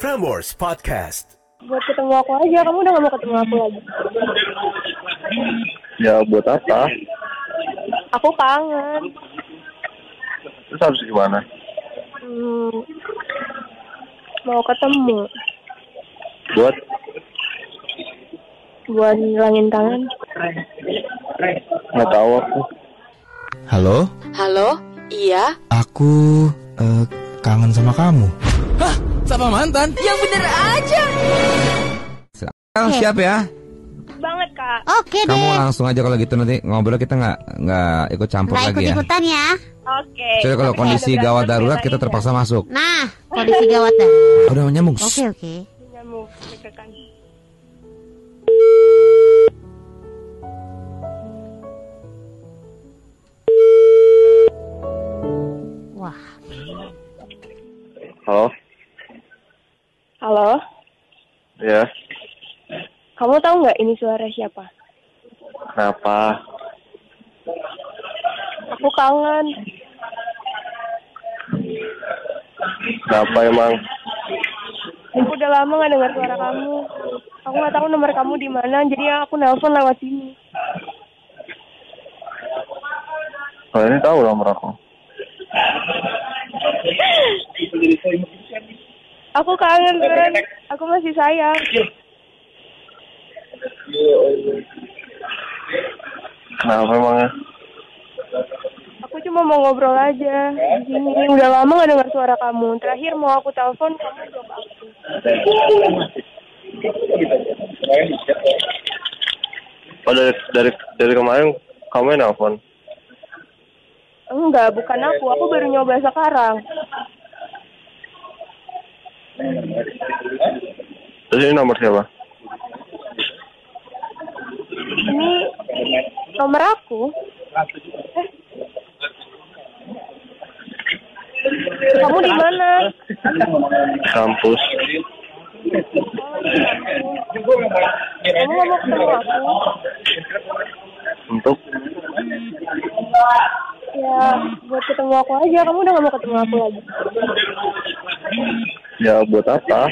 Prambors Podcast. buat ketemu aku aja kamu udah gak mau ketemu aku lagi Ya buat apa? aku kangen Terus harus gimana? hmm, mau ketemu Buat buat ngilangin kangen nggak tahu aku. Halo, Halo, iya, aku eh, kangen sama kamu. Hah, sama mantan? Yang bener aja. Iya. siap ya. banget kak Oke Kamu deh, langsung aja kalau gitu nanti ngobrol kita nggak nggak ikut campur nggak lagi ya. ikut-ikutan ya. oke Jadi kalau kondisi gawat darurat kita ya? terpaksa masuk. Nah, kondisi gawat dah. Udah nyambung. Oke oke. Wah, Halo? halo Ya. kamu tahu nggak ini suara siapa Kenapa? aku kangen Kenapa emang? aku udah lama nggak dengar suara kamu aku nggak tahu nomor kamu di mana jadi aku nelpon lewat sini Kalau ini tahu nomor aku. aku kangen kan aku masih sayang Kenapa ya? emangnya? aku cuma mau ngobrol aja di sini udah lama nggak dengar suara kamu terakhir mau aku telepon kamu jawab aku Oh dari dari dari kemarin kamu yang nelfon. Enggak, bukan aku. Aku baru nyoba sekarang. Terus ini nomor siapa? Ini nomor aku. Eh. Eh, Kamu di mana? Kampus. Kamu nggak mau ketemu aku? Untuk Ya, buat ketemu aku aja. Kamu udah gak mau ketemu aku lagi. ya buat apa?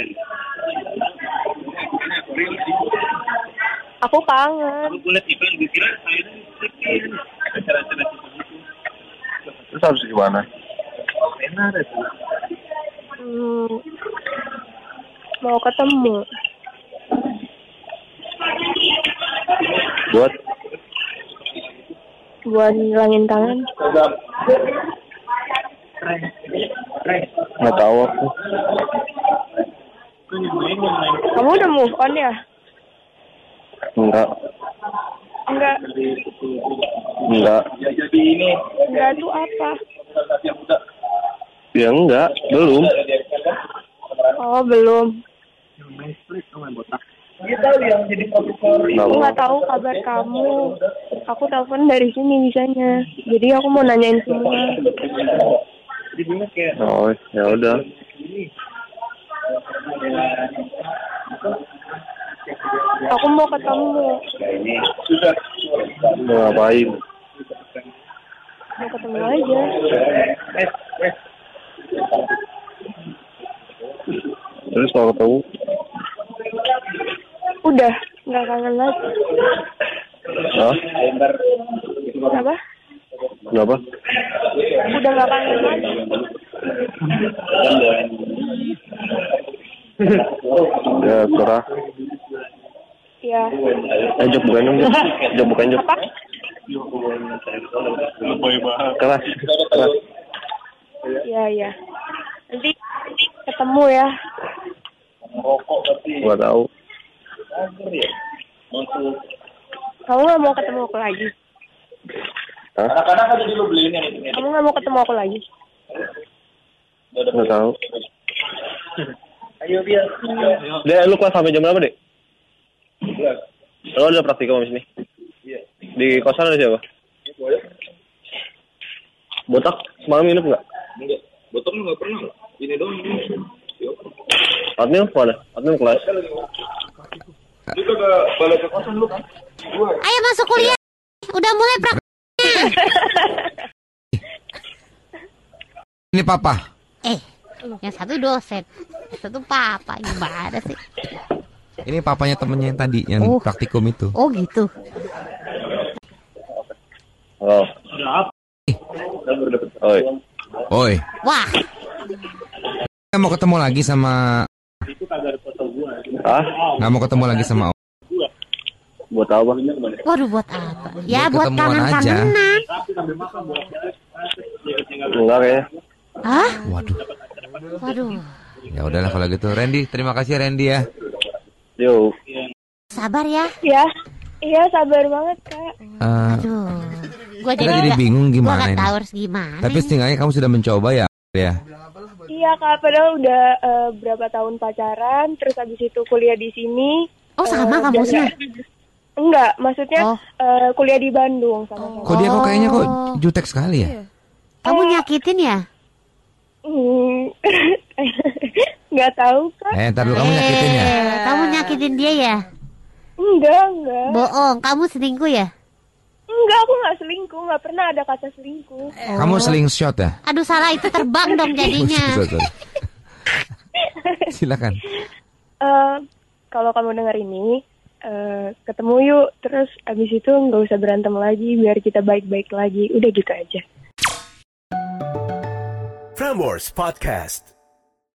Aku kangen. Terus harus gimana? Hmm. Mau ketemu. Buat Buat ngilangin kangen. nggak tahu aku. Kamu udah move on ya? Enggak. Enggak. Enggak. Enggak tuh apa? Ya enggak, belum. Oh, belum. Aku Kenapa? nggak tahu kabar kamu. Aku telepon dari sini bisanya. Jadi aku mau nanyain semua. Oh, ya udah. Aku mau ketemu. Mau ngapain? Mau ketemu aja. Terus kalau ketemu Udah, nggak kangen lagi. Hah? Kenapa? Kenapa? Udah nggak kangen lagi. Ya, terserah. Ya. Eh, Jok, bukain dong, Jok. Jok, bukain, Jok. Apa? Keras. Keras. Ya, ya. Nanti ketemu ya. Nggak tahu. Kamu nggak mau ketemu aku lagi? Hah? Kamu nggak mau ketemu aku lagi? Nggak tahu. Ayo, dia. Dia, lu kelas sampai jam berapa, Dek? Lo ada praktikum di sini? Iya. Di kosan ada siapa? Botak semalam nginep nggak? Enggak. Botok lu nggak pernah. Ini doang. Adnil mana? Adnil kelas. Lu kagak balik ke kosan lu kan? ayo masuk kuliah. Udah mulai praktek. Ini papa. Iya. Eh, Yang satu dosen, yang satu papa. Gimana sih? Ini papanya temennya yang tadi yang Oh. praktikum itu. Oh gitu. Oh. Oi. Oi, Wah, nggak mau ketemu lagi sama Hah? nggak mau ketemu lagi sama Om. Ah? Buat apa? waduh buat apa? Ya Buat buat ketemuan kangen-kangenan. Enggak kayaknya. Hah? Waduh. Waduh. Ya udahlah kalau gitu. Randy, terima kasih Randy ya. Yo. Sabar ya. Ya. Iya, sabar banget, Kak. Eh, Aduh. Gua kita jadi jadi nggak- bingung Iya, gua gimana nggak ini. tahu harus gimana. Tapi ini. setidaknya kamu sudah mencoba ya, ya. Iya, Kak. Padahal udah eh, berapa tahun pacaran, terus habis itu kuliah di sini. Oh sama Eh, kampusnya. dan- Enggak, maksudnya Oh. eh, kuliah di Bandung sama-sama. Kok dia kok kayaknya kok Oh. jutek sekali ya? Kamu nyakitin ya? Hmm. Enggak tahu, Kak. Iya. Eh, ntar dulu kamu nyakitin ya. Eh, Kamu nyakitin dia ya? Enggak, enggak. Bohong. Kamu selingkuh ya? Enggak, aku nggak selingkuh. Nggak pernah ada kata selingkuh. Kamu slingshot ya? Aduh salah itu terbang dong Oh. jadinya. Sorry, sorry. Silakan. Eh, kalau kamu denger ini, eh, ketemu yuk. Terus abis itu nggak usah berantem lagi. Biar kita baik-baik lagi. Udah gitu aja. Frameworks Podcast.